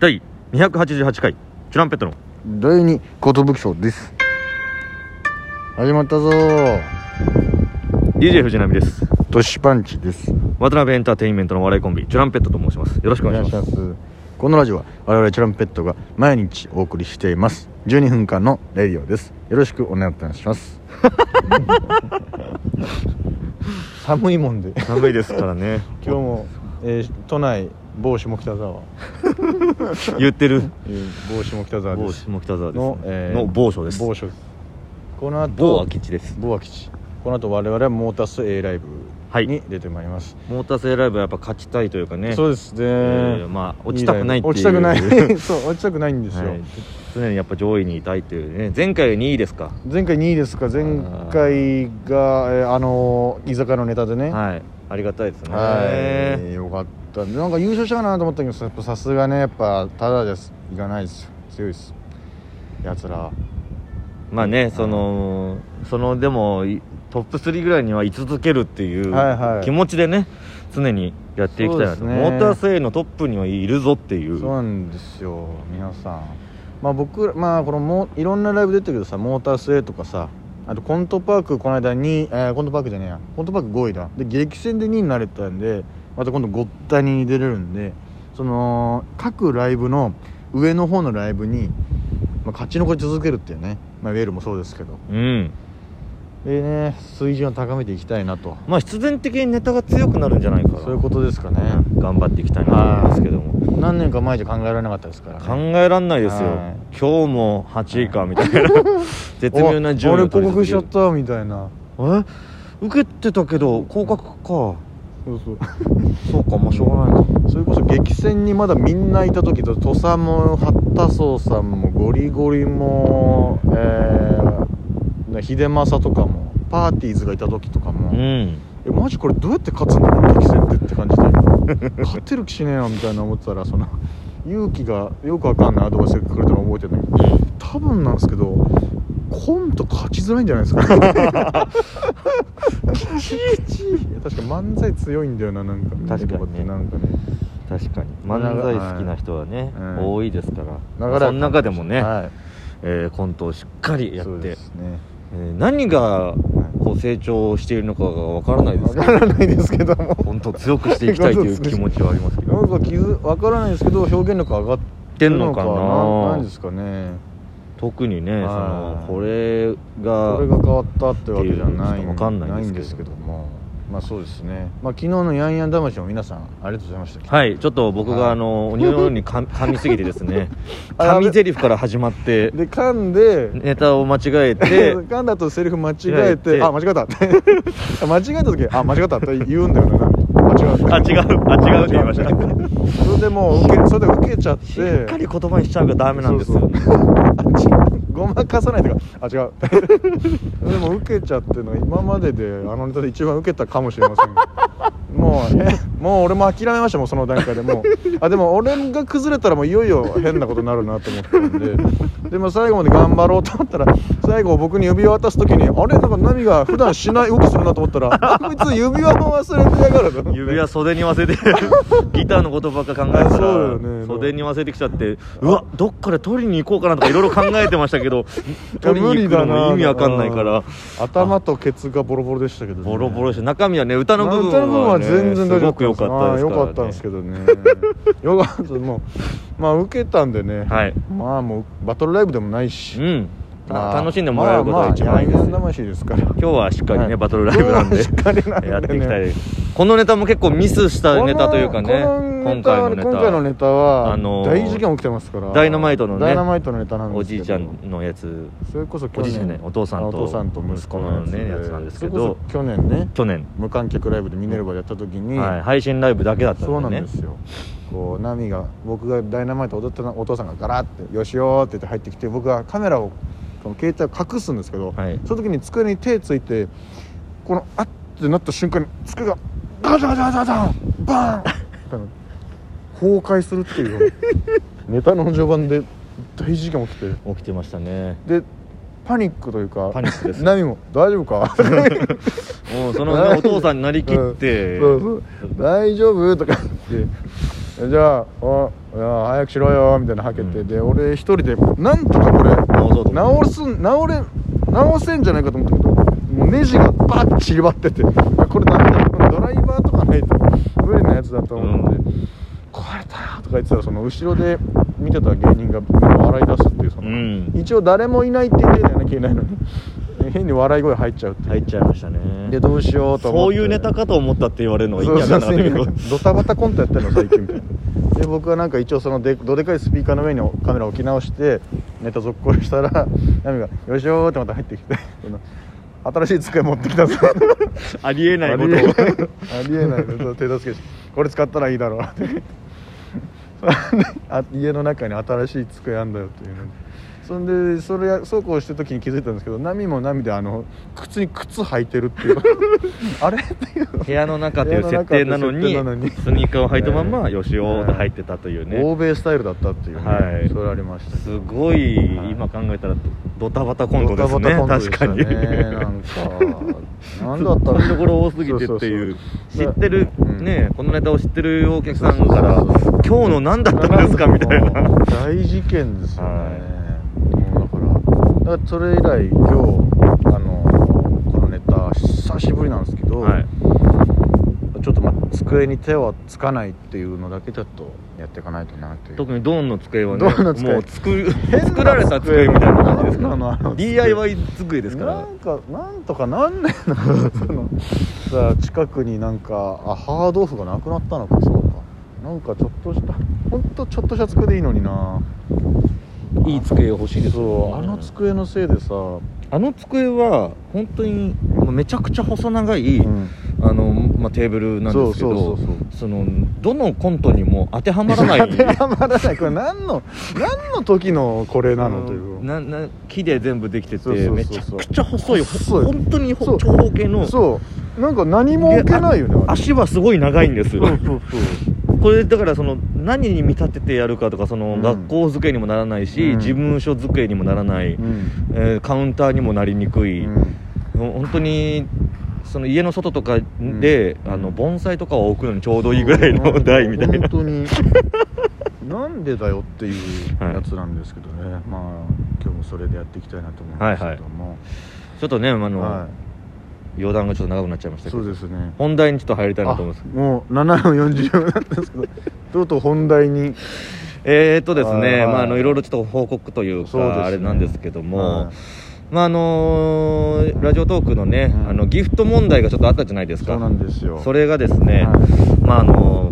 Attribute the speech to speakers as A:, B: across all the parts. A: 第288回チュランペットの
B: 第二寿賞です始まったぞー
A: DJ 藤波です
B: トシパンチです
A: 渡辺エンターテインメントのお笑いコンビチュランペットと申しますよろしくお願いします
B: すこのラジオは我々チュランペットが毎日お送りしています12分間のレディオですよろしくお願いします寒いもんで
A: 寒いですからね
C: 今日も、えー都内某下北沢、
A: 言ってる
C: えー某下北沢で
A: 某
C: す
A: 下北沢です
C: の、えー
A: の某所です
C: 某所ですこの後
A: 某空き地です
C: 某空き地この後我々はモータス A ライブ
A: はい
C: に出てまいります、
A: モーターセーライブはやっぱ勝ちたいというかね
C: そう
A: う
C: ですね、
A: まあ落ちたくないっていう
C: 落ちたくな
A: はい
C: い そう落ちたくないんですよ、
A: 常にやっぱ上位にいたいというね前回2位ですか
C: 前回2位ですか前回があ,、えーあのー居酒屋のネタでね
A: はいありがたいですね
C: はいよかったなんか優勝したかなと思ったけどさやっぱさすがねやっぱただですいかないですよ強いですやつら
A: まあねそのそのでもいトップ3ぐらいには居続けるっていう
C: はいはい
A: 気持ちでね常にやっていきたいなと、
C: そうです
A: モ
C: ね
A: ーターセーのトップにはいるぞっていう
C: そうなんですよ皆さんまあ僕らまあこのもいろんなライブ出てるけどさモータースウェイとかさあとコントパークこの間に、えーコントパークじゃねえやコントパーク5位だで激戦で2位になれたんでまた今度ゴッタに出れるんでその各ライブの上の方のライブに、まあ、勝ち残り続けるっていうね、まあ、ウェールもそうですけど
A: うん
C: でね水準を高めていきたいなと
A: まあ必然的にネタが強くなるんじゃないかな
C: そういうことですかね
A: 頑張っていきたいなと思いますけども
C: 何年か前じゃ考えられなかったですから、
A: 考えらんないですよ、
C: は
A: 今日も8位かみたいな 絶妙な順位
C: 俺
A: を
C: 広
A: 取り
C: 告しちゃ
A: 続
C: っ
A: ける
C: たみたいな
A: え受けてたけど降格か
C: そうそう
A: そうかまあしょうがないか
C: それこそ激戦にまだみんないた時と土佐も八田荘さんもゴリゴリもえー、秀政とかもパーティーズがいた時とかも、
A: うん
C: えマジこれどうやって勝つんだろう激戦ってって感じで勝てる気しねえなみたいな思ってたらその勇気がよくわかんないアドバイスがくれたの覚えてるんだけど多分なんですけどコント勝ちづらいんじゃないですか いや確か漫才強いんだよななんか
A: 確かにね
C: 見てるとこってなんかね
A: 確かに漫才好きな人はね、
C: はい
A: 多いですから、
C: だから
A: その中でもね、
C: は
A: えーコントをしっかり
C: い、
A: やっ
C: そう
A: て、
C: ですね
A: えー何がこう成長しているのかがわからないですけ
C: わ
A: ど
C: からないですけども
A: 本当強くしていきたいという気持ちはありますけど
C: なんか気づわからないですけど表現力上がってんのかな
A: 出んのかな
C: なんですかね
A: 特にねそ
C: は
A: の
C: い
A: これ
C: これ
A: が
C: が変わったってわけじゃない
A: わかんないん
C: ん
A: で
C: ですす
A: け
C: け
A: ど
C: どもまあそうですねまあ昨日のヤンヤン魂も皆さんありがとうございました
A: はいちょっと僕が
C: はい
A: あの鬼のように 噛み噛みすぎてですね
C: あや
A: 噛
C: べ
A: み台詞から始まって
C: で噛んで
A: ネタを間違えて
C: 噛んだとセリフ間違
A: 間違え
C: え
A: て
C: てあ 間違えた間違えた時あ間違えたって言うんだよねなんか間違えた
A: あ違うあ違うって言いま したね
C: それでもう受けそれで受けちゃっ て
A: しっかり言葉にしちゃうがダメなんですよ
C: そう ごまかさないというかあ違う でも受けちゃってるのが今までであのネタで一番受けたかもしれませんもうねもう俺も諦めましたもうその段階 でもうあでも俺が崩れたらもういよいよ変なことになるなと思ったんででも最後まで頑張ろうと思ったら最後僕に指輪渡す時にあれなんかナミが普段しない動きするなと思ったら あこいつ指輪も忘れてやがると思って
A: 指輪袖に忘れ てギターのことばっか考えてた
C: あそうだ
A: ら、
C: よね
A: 袖に忘れてきちゃってうわどっから取りに行こうかなとかいろいろ考えてましたけ ど取りに行くのも意味わかんないから
C: 頭とケツがボロボロでしたけどね、
A: ボロボロして中身はね歌の部分は,、ね、
C: 歌の部分は全然
A: す
C: 大丈
A: ご
C: 夫
A: く良かったですから、ね、
C: 良かったんですけどねよかったもうまあ受けたんでね、
A: はい
C: まあもうバトルライブでもないうし、
A: ん、た
C: まあ
A: 楽しんでもらえることが一番いいです、
C: まあまあヤンヤン魂ですから
A: 今日はしっかりね、
C: はい
A: バトルライブなん で
C: 今日はしっかりなんでね
A: やっていきたいこのネタも結構ミスしたネタというかね
C: この
A: 今回のネタ
C: 今回のネタは、
A: あのー
C: 大事件起きてますから
A: ダイナマイトのね
C: ダイナマイトのネタなんですけ
A: お
C: ど
A: じいちゃんのやつ
C: それこそ去
A: お
C: 年
A: じいちゃんねお父さんと
C: あお父さんと息子の
A: 息子のねやつなんですけど
C: それこそ去年ね
A: 去年、
C: 無観客ライブでミネルヴァでやった時に、
A: はい、配信ライブだけだったんで
C: そ
A: ね
C: うなんですよこうナミが僕がダイナマイト踊ってたのお父さんがガラッて「よしよ」って言って入ってきて僕がカメラをこの携帯を隠すんですけど、
A: はい
C: その時に机に手ついてこのあってなった瞬間に机がガチャガチャガチャガチャンバ ーンみたいな崩壊するっていうネタの序盤で大事件起きて
A: 起きてました ね
C: でパニックというか
A: パニックです
C: ナミも「大丈 夫か? 」
A: もうそのねお父さんになりきって、
C: うんそうそう大丈夫?」とか言ってえじゃあおいや早くしろよみたいなはけて、で俺一人でなんとかこれ
A: 直そうと思っ
C: 直すん直れ直せんじゃないかと思ったけどもうネジがバッて散りばっててあこれなんだろうこれドライバーとかないと無理なやつだと思って、
A: う
C: 壊れたよとか言ってたらその後ろで見てた芸人が笑い出すっていうその、
A: うん
C: 一応誰もいないって言ってたよね消えないのに変に笑い声入っちゃうっていう、
A: 入っちゃいましたね
C: でどうしようと思
A: そ
C: っ
A: う
C: て
A: いうネタかと思ったって言われるのが
C: そう
A: 嫌
C: そ
A: だ
C: う
A: な
C: そ
A: だ
C: う
A: け ど
C: ドタバタコントやってんの最近みたいなで僕はなんか一応そのでどでかいスピーカーの上にカメラ置き直してネタ続行したらナミが「よいしょ」ってまた入ってきてこの新しい机持ってきたぞ
A: ありえないこと
C: あり
A: を
C: えないありえないの手助けしてこれ使ったらいいだろう ってあ家の中に新しい机あんだよっていうのにそんでそれやそうこうしてる時に気づいたんですけど波も波であの靴に靴履いてるっていう あれっていう
A: 部屋の中という設定なの
C: 部
A: に
C: 屋の中っていう設定なの
A: ス
C: に
A: ニーカーを履いたまんま
C: ええ
A: よしおーって入ってたというね
C: 欧米スタイルだったっていうね、
A: はい
C: それありました
A: すごい
C: はい
A: 今考えたらドドタバタコントですね
C: ドタバタコント
A: 確
C: でし
A: か
C: たね
A: に
C: なんか 何だった
A: 突っ込みどころ多すぎてっていう
C: そうそうそう
A: 知ってる
C: うん
A: ねこのネタを知ってるお客さんから
C: そうそうそう
A: 「今日の何だったんですか?」みたいな
C: もう大事件ですよね、
A: は
C: もうだからだからそれ以来今日あのこのネタ久しぶりなんですけど、
A: はい
C: ちょっとま机に手はつかないっていうのだけちょっとやっていかないとなっていう
A: 特にドンの机はね
C: ドンの机
A: もう作作られた机みたいな感じですか
C: 変な
A: ら
C: 机
A: DIY 机ですから
C: なんかなんとかなん ねえのそのさあ近くになんかあハードオフがなくなったのかそうかなんかちょっとしたほんとちょっとした机でいいのにない
A: い机欲しいです
C: そうあの机のせいでさ、
A: あの机は本当にまあめちゃくちゃ細長い、
C: うん
A: あのまあ、テーブルなんですけ
C: そうそ
A: ど
C: うそうそう
A: そのどのコントにも当てはまらない
C: 当てはまらないこれ何の何の時のこ れなのという
A: なな木で全部できてて
C: そうそうそうそう
A: めちゃくちゃ細い
C: 細い
A: 本当にほ
C: そう
A: 長方形の
C: そうなんか何も置けないよねあれ
A: 足はすごい長いん です
C: そうそうそう
A: これだからその何に見立ててやるかとかその、
C: うん
A: 学校机にもならないし、
C: うん
A: 事務所机にもならない、
C: うん
A: えーカウンターにもなりにくい、
C: うん
A: もう本当にその家の外とかで、
C: うん
A: あの盆栽とかを置くのにちょうどいいぐらいの台みたいな
C: 本 当になんでだよっていうやつなんですけどね、まあ今日もそれでやっていきたいなと思うんですけども
A: ちょっとねあの、
C: は
A: 余談がちょっと長くなっちゃいまし
C: い
A: たけ
C: そう
A: ど
C: ですね
A: 本題にちょっと入りたいなと思うんです
C: あもう7分44なんですけどとうとう本題に
A: えー、っとですね
C: はい
A: まああのいろいろちょっと報告というか
C: そうですね
A: あれなんですけども、
C: はい
A: まああのーラジオトークのね、
C: うん
A: あのギフト問題がちょっとあったじゃないですか
C: そうなんですよ
A: それがですね、
C: はい
A: まああの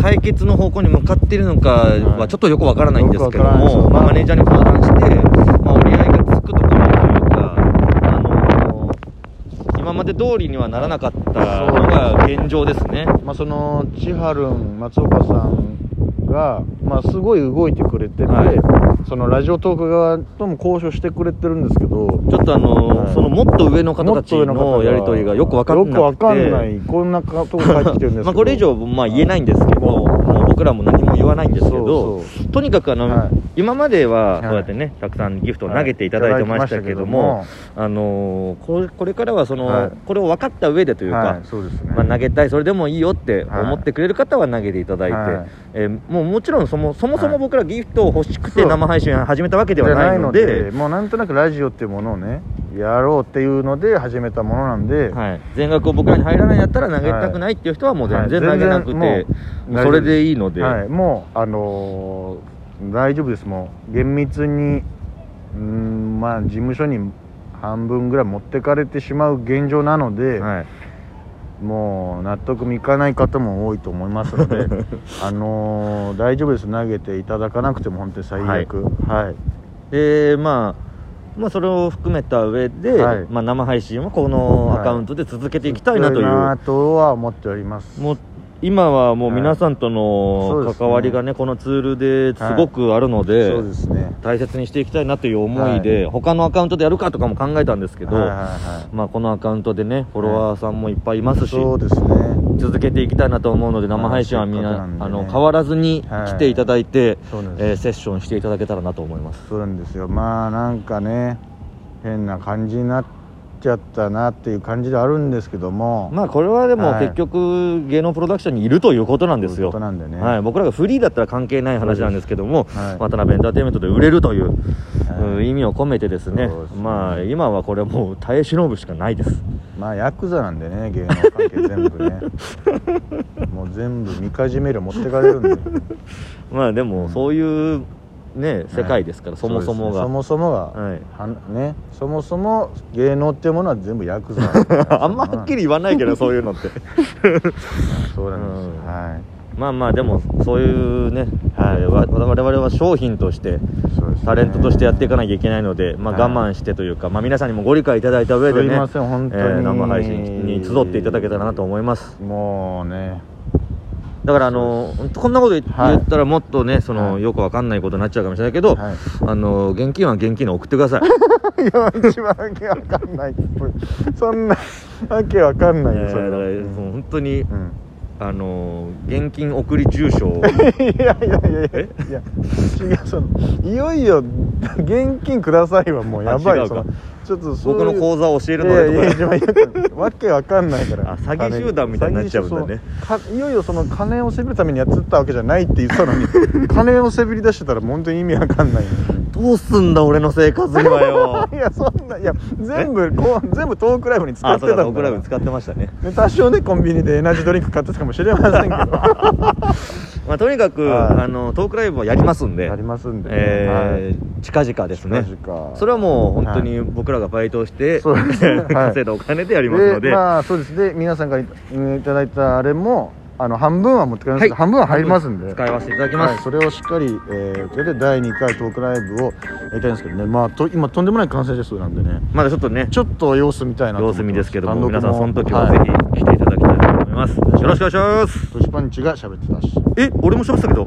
A: 解決の方向に向かっているのかはちょっとよくわからないんですけど
C: はいよ
A: も、
C: くわからないです
A: まあ、マネージャーに相談して、まあ、折り合いがつくところというか、あの今まで通りにはならなかったのが現状ですね。
C: まあ、その千春松岡さんが、まあ、すごい動いてくれてて、
A: は
C: そのラジオトーク側とも交渉してくれてるんですけど
A: ちょっとあの、
C: はい
A: そのもっと上の方
C: も
A: た
C: っ
A: ち
C: と上方
A: の
C: が
A: やり取りがよくわかんなくて
C: よくわかんないこんなとこ返ってきてるんですけ ど
A: まあこれ以上まあ言えないんですけど、もう僕らも何も言わないんですけど
C: そう
A: とにかくあの、
C: はい
A: 今までは
C: はい
A: そうやってね、たくさんギフトを投げていただいてましたけども、あのーこれこれからはその、
C: はい
A: これを分かった上でというか、
C: はいそうですね
A: まあ、投げたいそれでもいいよって
C: はい
A: 思ってくれる方は投げていただいて、
C: はい
A: えーもうもちろんそもそもそも
C: はい
A: 僕らギフトを欲しくて
C: そう
A: 生配信始めたわけで
C: で
A: は
C: は
A: な
C: ないい
A: の
C: の
A: で
C: でもうなんとなくラジオっていうものをねやろうっていうので始めたものなんで、
A: はい、全額を僕らに入らないんだったら投げたくないっていう人はもう全然
C: は
A: 投
C: い
A: げなくて、
C: 全然もう
A: それでいいので、
C: はい、もうあのー大丈夫ですもう厳密にうーんまあ事務所に半分ぐらい持ってかれてしまう現状なので、
A: はい
C: もう納得いかない方も多いと思います のであのー大丈夫です投げていただかなくても本当に最悪はい、
A: でまあまあ、それを含めた上で、
C: はい
A: まあ、生配信をこのアカウントで続けていきたいなという、
C: なとは思っております
A: もう今はもう皆さんと
C: はいそうで
A: の
C: すね
A: 関わりがね、このツールですごくあるので、
C: そうですね
A: 大切にしていきたいなという思いで、他のアカウントでやるかとかも考えたんですけど、
C: はいはいは
A: まあ、このアカウントでねフォロワーさんもいっぱいいます
C: い、
A: し、
C: そうですね
A: 続けていきたいなと思うので生配信はみんな,、
C: はいせっかく
A: あ
C: なんでね
A: の変わらずに来ていただいて、
C: そうなんです、
A: えーセッションしていただけたらなと思います。
C: そうなんですよまあなんかね変な感じになっちゃったなっていう感じではあるんですけども、
A: まあこれはでも
C: はい
A: 結局芸能プロダクションにいるということなんですよ
C: そういうことなんだよね
A: はい、僕らがフリーだったら関係ない話なんですけども、
C: すはい
A: 渡辺エンターテインメントで売れるという、
C: は
A: うん意味を込めてですね
C: そうですね
A: まあ今はこれもう耐え忍ぶしかないです
C: まあヤクザなんでね芸能関係全部ね もう全部みかじめ料持ってかれるんで
A: まあでもそういうね 世界ですから、
C: はい
A: そもそもが
C: うですねそもそもが、
A: はい
C: はねそもそも芸能っていうものは全部ヤクザ
A: あんまはっきり言わないけどそういうのって
C: そうなんですよ、
A: うん
C: はい
A: まあまあでもそういうね、
C: はい
A: えーわ我々は商品として
C: そうですね
A: タレントとしてやっていかなきゃいけないので、まあ、
C: はい
A: 我慢してというか、まあ、皆さんにもご理解いただいた上でね
C: すいません本当に
A: 生配信に集っていただけたらなと思います
C: もうね
A: だからあの本当こんなこと言
C: はい
A: 言ったらもっとねその、
C: はい
A: よくわかんないことになっちゃうかもしれないけど、
C: はい
A: あの現金は現金で送ってください
C: いや一番わかんないっぽいそんなわけわかん
A: え
C: ないよ
A: ー
C: それ
A: だか
C: は
A: ら
C: うん
A: もう本当に
C: うん
A: あの現金送り住 所を
C: いやいやいやいや
A: え
C: いや違うそのいよいよ現金くださいはもうやば
A: あ違
C: いうそ
A: か
C: のちょっとそう
A: 僕
C: いう
A: の口座を教えるの
C: い
A: で
C: やい
A: とか
C: やいやいやわけわかんないから
A: あ詐欺集団みたいになっちゃうんだね
C: 金そうかいよいよその金をせびるためにやってたわけじゃないって言ってたのに金をせびり出してたら本当に意味わかんない
A: どうすんだ俺の生活にはよ
C: いやそんないや全部こう全部トークライブに 使
A: あ
C: っ
A: そ
C: て
A: う
C: たん
A: だ
C: だ
A: 僕らも使ってましたね
C: ね多少ねコンビニでエナジードリンク買ってたかもしれませんけど
A: まあ、とにかく、
C: はい
A: あのトークライブはやりますんで
C: やりますんでね
A: えー近々ですね
C: 近々
A: それはもう本当に僕らがバイトをして、
C: そうで すねはい
A: 稼いだお金でやりますので、
C: でまあそうですで皆さんからいいただいたあれもあの半分は持って帰りますけど、半分は入りますんで
A: 使いわせていただきます、
C: はい、それをしっかり、えー、それで第2回トークライブをやりたいんですけどねまあと今とんでもない感染者数なんでね
A: まだちょっとね
C: ちょっと様子見たいなと思
A: 様子
C: ってます
A: 見ですけど
C: 単
A: も
C: 独
A: 皆さんその時は
C: は
A: ぜ
C: い
A: ひ来ていただきたいと思います、よろしくお願いします
C: トシパンチが喋ってたし
A: え俺もしましたけど